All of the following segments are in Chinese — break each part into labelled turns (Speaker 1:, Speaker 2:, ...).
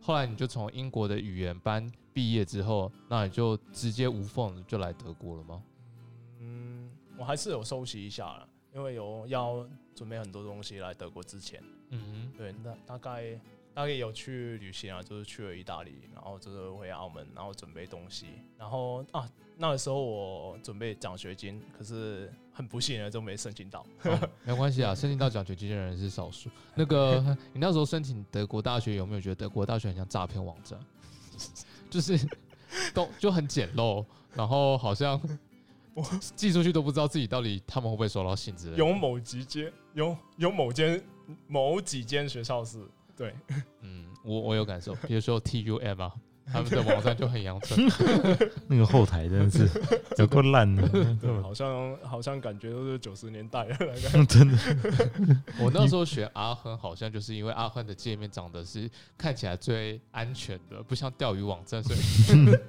Speaker 1: 后来你就从英国的语言班毕业之后，那你就直接无缝地就来德国了吗？
Speaker 2: 嗯，我还是有收集一下啦，因为有要准备很多东西来德国之前，
Speaker 1: 嗯
Speaker 2: 对，那大概大概有去旅行啊，就是去了意大利，然后就是回澳门，然后准备东西，然后啊，那个时候我准备奖学金，可是很不幸的就没申请到。
Speaker 1: 哼，好没关系啊，申请到奖学金的人是少 数。那个，你那时候申请德国大学，有没有觉得德国大学很像诈骗网站？ 就是都就很简陋，然后好像
Speaker 2: 我
Speaker 1: 寄出去都不知道自己到底他们会不会收到信之类的。
Speaker 2: 有某几间，有有某间某几间学校是，对，
Speaker 1: 嗯，我我有感受，比如说 TUM 啊，他们的网站就很阳春。
Speaker 3: 那个后台真的 是有够烂的，
Speaker 2: 好像好像感觉都是九十年代的那个，
Speaker 3: 真的。
Speaker 1: 我那时候学阿亨，好像就是因为阿亨的界面长得是看起来最安全的，不像钓鱼网站，所以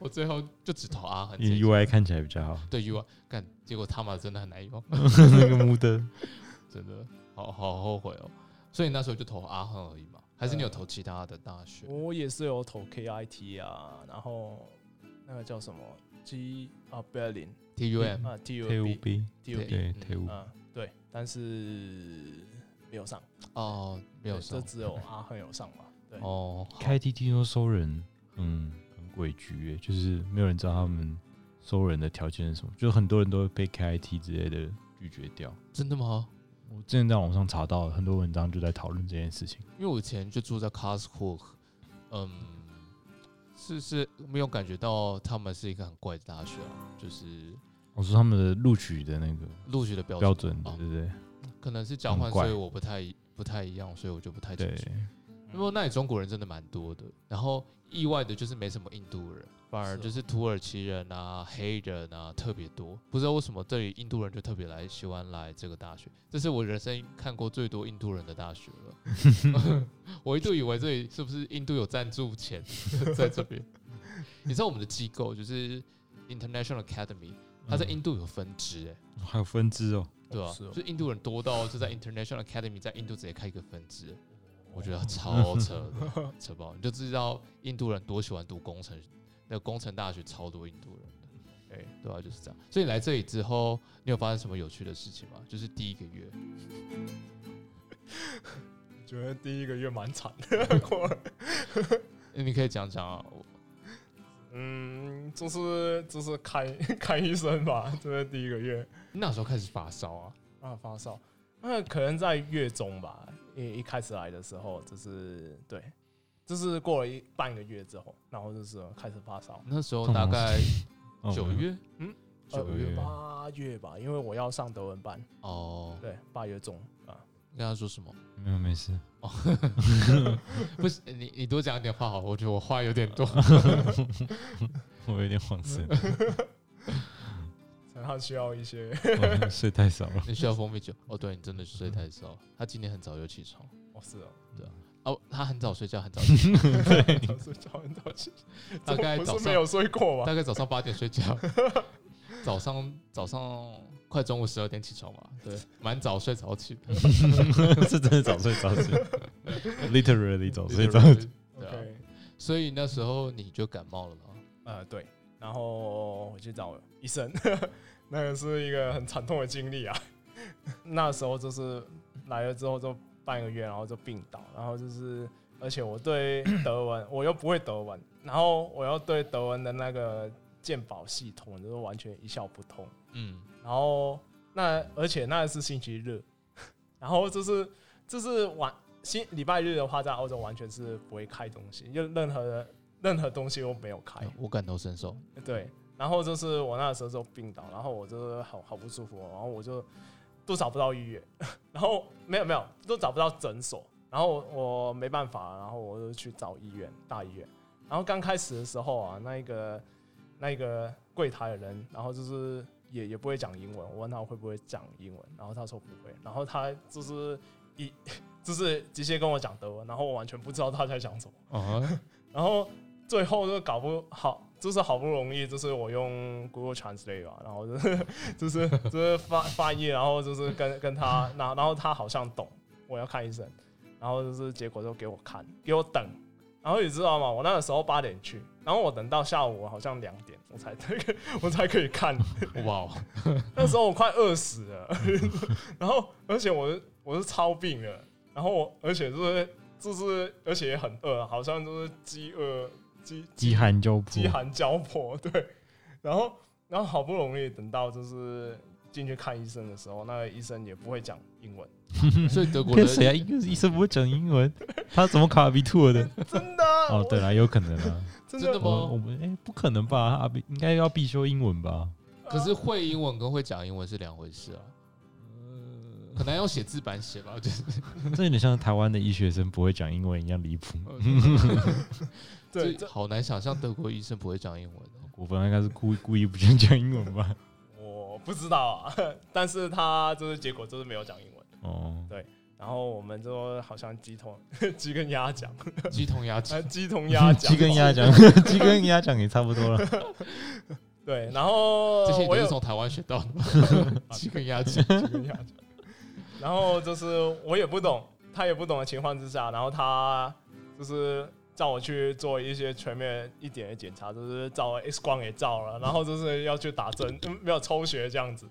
Speaker 1: 我最后就只投阿亨这
Speaker 3: 因为
Speaker 1: 一家。
Speaker 3: UI 看起来比较好，
Speaker 1: 对 U 啊，干，结果他妈真的很难用，
Speaker 3: 那个木的
Speaker 1: 真的好好后悔哦。所以你那时候就投阿亨而已嘛，还是你有投其他的大学？
Speaker 2: 嗯我也是有投 KIT 啊，然后那个叫什么 G 啊 Berlin
Speaker 1: TUM
Speaker 2: 啊 TUB
Speaker 3: TUB，
Speaker 2: TUB
Speaker 3: 对
Speaker 1: 嗯
Speaker 3: TUB，
Speaker 2: 啊对，但是没有上，
Speaker 1: 哦，没有
Speaker 2: 对
Speaker 1: 上
Speaker 2: 就只有阿亨有上嘛，对，
Speaker 1: 哦，好
Speaker 3: 开 TTO 收人，嗯，很诡谲耶，就是没有人知道他们收人的条件是什么，就很多人都会被 KIT 之类的拒绝掉。
Speaker 1: 真的吗？
Speaker 3: 我之前在网上查到很多文章就在讨论这件事情，
Speaker 1: 因为我以前就住在 Costco，嗯，是是没有感觉到他们是一个很怪的大学啊，就是
Speaker 3: 我说他们的录取的那个
Speaker 1: 录取的标
Speaker 3: 标
Speaker 1: 准
Speaker 3: 准，
Speaker 1: 哦
Speaker 3: 对不对？
Speaker 1: 可能是交换，
Speaker 3: 很怪
Speaker 1: 所以我不太不太一样，所以我就不太清楚。
Speaker 3: 对，
Speaker 1: 不过那里中国人真的蛮多的，然后意外的就是没什么印度人，反而
Speaker 2: 是哦
Speaker 1: 就是土耳其人啊、黑人啊特别多。不知道为什么这里印度人就特别来喜欢来这个大学，这是我人生看过最多印度人的大学 了。我一度以为这里是不是印度有赞助钱 在这边？你知道我们的机构就是 International Academy，它在印度有分支、欸，
Speaker 3: 嗯还有分支哦，
Speaker 1: 对啊，
Speaker 2: 是哦
Speaker 1: 就印度人多到就在 International Academy 在印度直接开一个分支，我觉得超扯的，扯爆！你就知道印度人多喜欢读工程，那工程大学超多印度人的，哎，对啊，就是这样。所以来这里之后，你有发生什么有趣的事情吗？就是第一个月，
Speaker 2: 觉得第一个月蛮惨 的，过了
Speaker 1: 你可以讲讲啊，我
Speaker 2: 嗯，就是就是看看医生吧，这是第一个月
Speaker 1: 你那时候开始发烧啊，
Speaker 2: 啊发烧，那可能在月中吧，一一开始来的时候就是对，就是过了一半个月之后，然后就是开始发烧，
Speaker 1: 那时候大概
Speaker 3: 哦
Speaker 1: 九月嗯
Speaker 2: 呃
Speaker 3: 九月
Speaker 2: 八月吧，因为我要上德文班，
Speaker 1: 哦，
Speaker 2: 对，八月中啊，
Speaker 1: 你跟他说什么？
Speaker 3: 没有没事，
Speaker 1: 不是你，你多讲一点话好，我觉得我话有点多。
Speaker 3: 我有点晃神，
Speaker 2: 然后需要一些
Speaker 3: 我睡太少了。
Speaker 1: 你需要蜂蜜酒？哦，对你真的睡太少。他今天很早就起床。
Speaker 2: 哦是哦，
Speaker 1: 哦，他很早睡觉，很早 起，
Speaker 2: 早睡觉很早起，
Speaker 1: 大概
Speaker 2: 这
Speaker 1: 早
Speaker 2: 不是
Speaker 1: 上
Speaker 2: 没有睡过吧？
Speaker 1: 大概早上八点睡觉， 早上早上快中午十二点起床嘛，对，蛮早睡早起 的，
Speaker 3: 是真的早睡早 起，literally 早睡早起。
Speaker 1: 对啊
Speaker 2: OK，
Speaker 1: 所以那时候你就感冒了吗？
Speaker 2: 呃，对，然后我去找医生， 那个是一个很惨痛的经历啊。 那时候就是来了之后就半个月，然后就病倒，然后就是，而且我对德文我又不会德文，然后我又对德文的那个鉴宝系统就是完全一窍不通。
Speaker 1: 嗯，
Speaker 2: 然后那而且那是星期日， 然后就是就是晚星礼拜日的话，在澳洲完全是不会开东西，就任何的任何东西都没有开。
Speaker 1: 啊我感同身受，
Speaker 2: 对，然后就是我那时候就病倒，然后我就是好好不舒服，哦然后我就都找不到医院， 然后没有没有都找不到诊所，然后我我没办法，然后我就去找医院大医院，然后刚开始的时候啊，那一个那一个柜台的人，然后就是。也也不会讲英文，我问他会不会讲英文，然后他说不会，然后他就是一 就是直接跟我讲德文，然后我完全不知道他在讲什么。
Speaker 1: 啊，
Speaker 2: 然后最后就搞不好，就是好不容易，就是我用 Google Translate 吧，然后 就是就是就是翻翻译，然后就是跟跟他，然后然后他好像懂我要看医生，然后就是结果就给我看，给我等，然后你知道吗？我那个时候八点去，然后我等到下午好像两点，我才我才可以看。
Speaker 1: 哇 哦，
Speaker 2: 那时候我快饿死了， 然后而且我是我是超病了，然后我而且就是就是而且也很饿，好像就是饥饿饥
Speaker 3: 饥寒交迫，
Speaker 2: 饥寒交迫， 对。然后，然后好不容易等到就是进去看医生的时候，那个医生也不会讲英 文，
Speaker 1: 所以德国
Speaker 3: 骗谁
Speaker 1: 的
Speaker 3: 啊？英医生不会讲英文，他怎么卡比兔 的？
Speaker 2: 真的啊，
Speaker 3: 哦，对啦，有可能啊。
Speaker 2: 我真
Speaker 1: 真的
Speaker 2: 的
Speaker 1: 吗
Speaker 3: 我我们哎、不可能吧？阿比应该要必修英文吧？
Speaker 1: 可是会英文跟会讲英文是两回事啊，
Speaker 3: 呃
Speaker 1: 可能要用写字板写吧，就是
Speaker 3: 这有点像台湾的医学生不会讲英文一样离谱。
Speaker 2: 对，
Speaker 1: 这
Speaker 2: 这
Speaker 1: 好难想象德国医生不会讲英文哦。
Speaker 3: 我本来应该是故意故意不想讲英文吧？
Speaker 2: 我不知道啊， 但是他就是结果就是没有讲英文，
Speaker 3: 哦，
Speaker 2: 然后我们就好像鸡同 鸡跟鸭讲，
Speaker 1: 鸡同鸭讲
Speaker 2: 啊，鸡同鸭讲，
Speaker 3: 鸡跟鸭讲， 鸡跟鸭讲也差不多了。
Speaker 2: 对，然 后
Speaker 1: 这些
Speaker 2: 我
Speaker 1: 都
Speaker 2: 有
Speaker 1: 是从台湾学到的吗，
Speaker 2: 哦
Speaker 1: 鸡跟鸭讲。
Speaker 2: 几个亚洲 然后就是我也不懂，他也不懂的情况之下，然后他就是叫我去做一些全面一点的检查，就是照 X 光也照了，然后就是要去打针，嗯没有抽血这样子。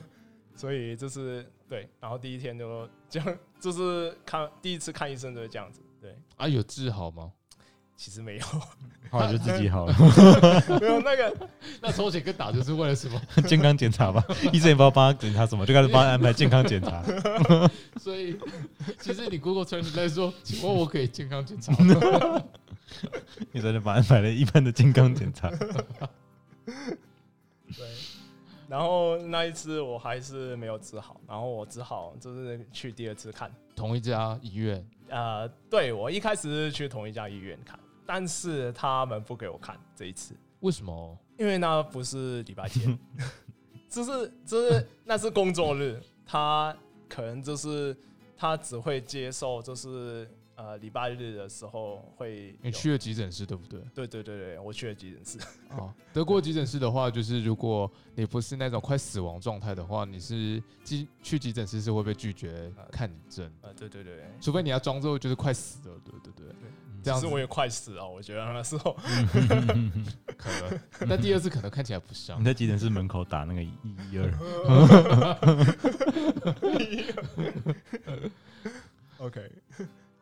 Speaker 2: 所以就是对，然后第一天就这样，就是看第一次看医生就是这样子。对，
Speaker 1: 啊，有治好吗？
Speaker 2: 其实没有，
Speaker 3: 后来就自己好了，
Speaker 2: 没有那个
Speaker 1: 那抽血跟打针是为了什 么？
Speaker 3: 健康检查吧。医生也不知道帮他检查什么，就开始帮他安排健康检查。
Speaker 1: 所以其实你 Google Translate 说，请问我可以健康检查 吗？
Speaker 2: 嗯
Speaker 3: 医生就帮他安排了一般的健康检查。
Speaker 2: 对。然后那一次我还是没有治好，然后我只好就是去第二次看。
Speaker 1: 同一家医院，
Speaker 2: 呃，对我一开始是去同一家医院看，但是他们不给我看这一次，
Speaker 1: 为什么？
Speaker 2: 因为那不是礼拜天，
Speaker 1: 嗯
Speaker 2: 就是就是那是工作日，他可能就是他只会接受，就是呃礼拜日的时候会
Speaker 1: 你
Speaker 2: 有。
Speaker 1: 去了急诊室对不对？
Speaker 2: 对对对对，我去了急诊室。
Speaker 1: 哦，德国急诊室的话，就是如果你不是那种快死亡状态的话，你是急去急诊室是会被拒绝看诊，
Speaker 2: 啊、对对对对，
Speaker 1: 除非你要装作就是快死了，对对对，这
Speaker 2: 其
Speaker 1: 样
Speaker 2: 实
Speaker 1: 子
Speaker 2: 我也快死了，我觉得那时候
Speaker 1: 可能。但第二次可能看起来不像
Speaker 3: 你，在急诊室门口打那个一一二，
Speaker 2: OK，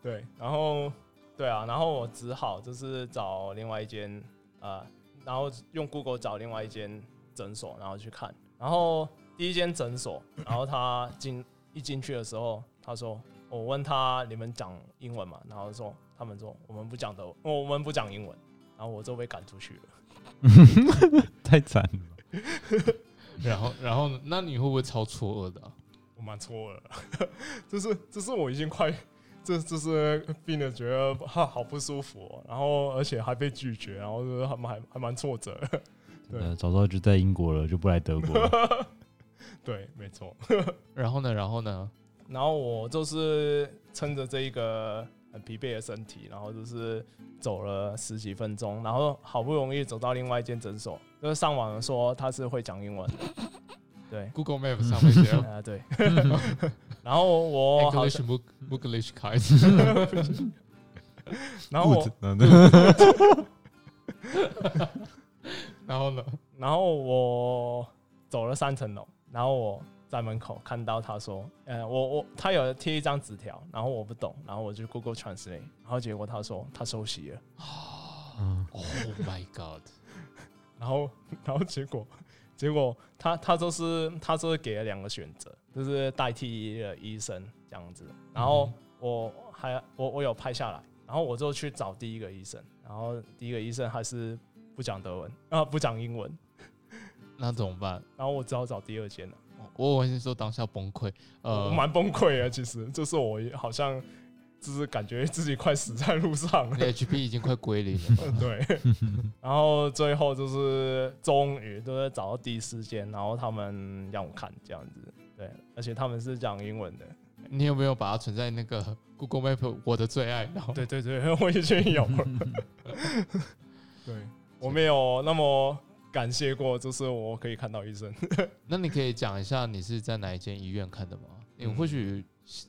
Speaker 2: 对， 然后对啊，然后我只好就是找另外一间啊、呃然后用 Google 找另外一间诊所，然后去看。然后第一间诊所，然后他进一进去的时候，他说我问他你们讲英文嘛，然后说他们说我们不讲的，我们不讲英文，然后我就被赶出去了。
Speaker 3: 太惨了吧。
Speaker 1: 然后然后呢那你会不会超错愕的啊、
Speaker 2: 我蛮错了， 就是就是我已经快， 这就是病了，觉得哈好不舒服哦、然后而且还被拒绝，然后就是还蛮还还蛮挫折。 对
Speaker 3: 呃，早知道就在英国了，就不来德国了。
Speaker 2: 对，没错。
Speaker 1: 然后呢，然后呢？。
Speaker 2: 然后我就是撑着这一个很疲惫的身体，然后就是走了十几分钟，然后好不容易走到另外一间诊所，就是上网说他是会讲英文的，对
Speaker 1: Google Map 上面写
Speaker 2: 啊、对， 然后我哦好
Speaker 1: English
Speaker 2: 像，
Speaker 1: book bookish 开始，
Speaker 2: 然后我
Speaker 1: 然后呢？
Speaker 2: 然后我走了三层楼，然后我在门口看到他说，呃，我我他有贴一张纸条，然后我不懂，然后我就 Google Translate，然后结果他说他休息了，
Speaker 3: 嗯
Speaker 1: Oh my god！
Speaker 2: 然后然后结果结果他他就是他就是给了两个选择，就是代替了医生这样子，然后
Speaker 1: 嗯
Speaker 2: 我还我我有拍下来，然后我就去找第一个医生，然后第一个医生还是不讲德文啊、不讲英文，
Speaker 1: 那怎么办？
Speaker 2: 然后我只好找第二间了。
Speaker 1: 我我先说当下崩溃，
Speaker 2: 我
Speaker 1: 呃，
Speaker 2: 蛮崩溃的。其实就是我好像就是感觉自己快死在路上了
Speaker 1: 你。的 HP 已经快归零了吧。
Speaker 2: 对，然后最后就是终于就是找到第四间，然后他们让我看这样子，对，而且他们是讲英文的，
Speaker 1: 你有没有把它存在那个 Google Map 我的最爱？然后
Speaker 2: 对对对， 我已经有了，对我没有那么感谢过，就是我可以看到医生，
Speaker 1: 那你可以讲一下你是在哪一间医院看的吗？因为
Speaker 2: 嗯
Speaker 1: 或许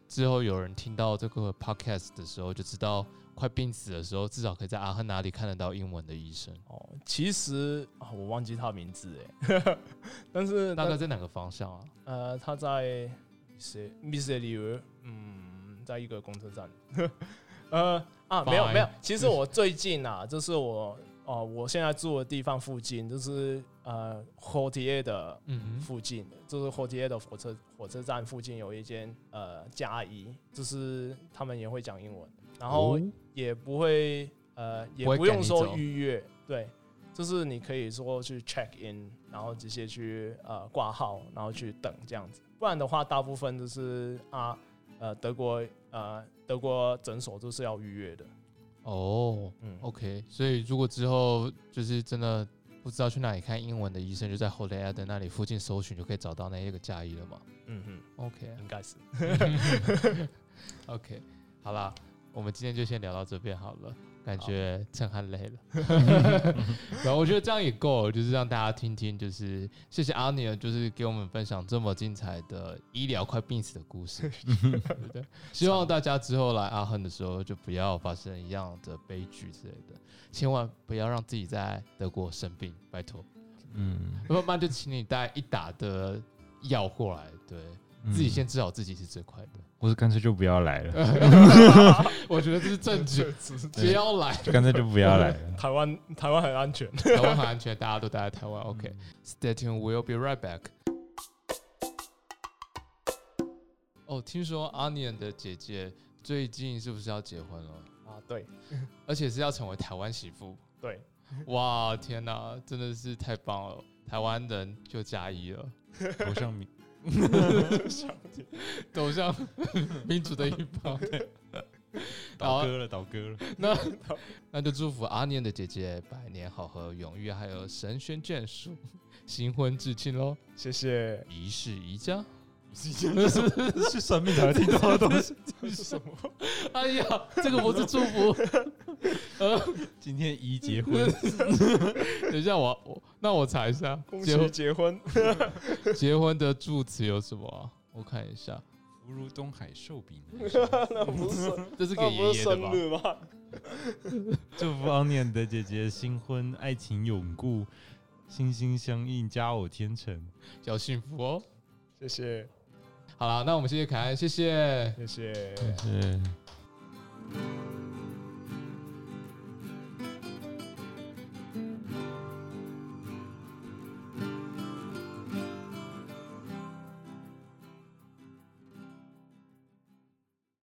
Speaker 1: 之后有人听到这个 podcast 的时候就知道快病死的时候，至少可以在阿亨哪里看得到英文的医生。
Speaker 2: 哦，其实啊，我忘记他名字哎， 但是
Speaker 1: 大概
Speaker 2: 那个
Speaker 1: 在哪个方向啊？
Speaker 2: 呃，他在谁 m i s s 里尔，嗯，在一个公车站， 呃啊，没有
Speaker 1: Fine
Speaker 2: 没有，其实我最近啊，就是我哦、我现在住的地方附近，就是呃 h o t i e 的
Speaker 1: 嗯哼，
Speaker 2: 附近，就是 h o t i e 的火车火车站附近有一间呃加一，就是他们也会讲英文，然后
Speaker 1: 哦
Speaker 2: 也不会呃，也
Speaker 1: 不会
Speaker 2: 不
Speaker 1: 赶
Speaker 2: 用
Speaker 1: 你
Speaker 2: 说
Speaker 1: 走
Speaker 2: 预约，对，就是你可以说去 check in，然后直接去呃挂号，然后去等这样子。不然的话，大部分就是啊呃德国呃德国诊所都是要预约的，
Speaker 1: 哦
Speaker 2: 嗯，
Speaker 1: ，OK，所以如果之后就是真的不知道去哪里看英文的医生，就在 h o l e a 的那里附近搜寻，就可以找到那一个加医了嘛。
Speaker 2: 嗯哼，
Speaker 1: OK
Speaker 2: 应该是
Speaker 1: OK，好啦，我们今天就先聊到这边好了。感觉趁汗累了， 然后我觉得这样也够了，就是让大家听听，就是谢谢阿尼尔，就是给我们分享这么精彩的医疗快病死的故 事，对不对？希望大家之后来阿亨的时候，就不要发生一样的悲剧之类的，千万不要让自己在德国生病，拜托。
Speaker 3: 嗯，
Speaker 1: 要不然就请你带一打的药过来，对
Speaker 3: 嗯
Speaker 1: 自己先治好自己是最快的。
Speaker 3: 或是干脆就不要来了，
Speaker 1: 我觉得这是正确，
Speaker 3: 对
Speaker 1: 只要来
Speaker 3: 就干脆就不要来了。
Speaker 2: 台湾台湾很 安全。
Speaker 1: 台湾很安全，大家都待在台湾。OK，Stay、tuned,
Speaker 3: 嗯
Speaker 1: we'll be right back。哦，听说 Onion 的姐姐最近是不是要结婚了？
Speaker 2: 啊，对
Speaker 1: 而且是要成为台湾媳 妇？
Speaker 2: 对，
Speaker 1: 哇，天哪，真的是太棒了！台湾人就加一了，
Speaker 3: 头像名，
Speaker 1: 走向民主的一 方。
Speaker 3: 倒戈了，倒戈了。
Speaker 1: 那那就祝福阿念的姐姐百年好合、永浴，还有神仙眷属、新婚至亲喽，
Speaker 2: 谢谢。
Speaker 1: 一世宜家。
Speaker 3: 是是算命才会听到的东西。
Speaker 2: 什么？
Speaker 1: 哎呀，这个不是祝福。 呃，
Speaker 3: 今天一结 婚，
Speaker 1: 等一下我，我那我查一下，
Speaker 2: 恭
Speaker 1: 结
Speaker 2: 喜
Speaker 1: 婚
Speaker 2: 结婚！
Speaker 1: 结婚的祝词有什么啊？我看一下，
Speaker 3: 福如东海，寿比南山。
Speaker 2: 那不是
Speaker 1: 这是给
Speaker 2: 那啊不
Speaker 1: 爷
Speaker 2: 是
Speaker 1: 爷的
Speaker 2: 生
Speaker 1: 吧？
Speaker 2: 日吗？
Speaker 3: 祝福 Onion 的姐姐新婚，爱情永固，心心相印，佳偶天成。
Speaker 1: 小幸福哦。
Speaker 2: 谢谢
Speaker 1: 好啦，那我们谢谢凯恩，谢谢。
Speaker 2: 谢谢。
Speaker 3: 嗯。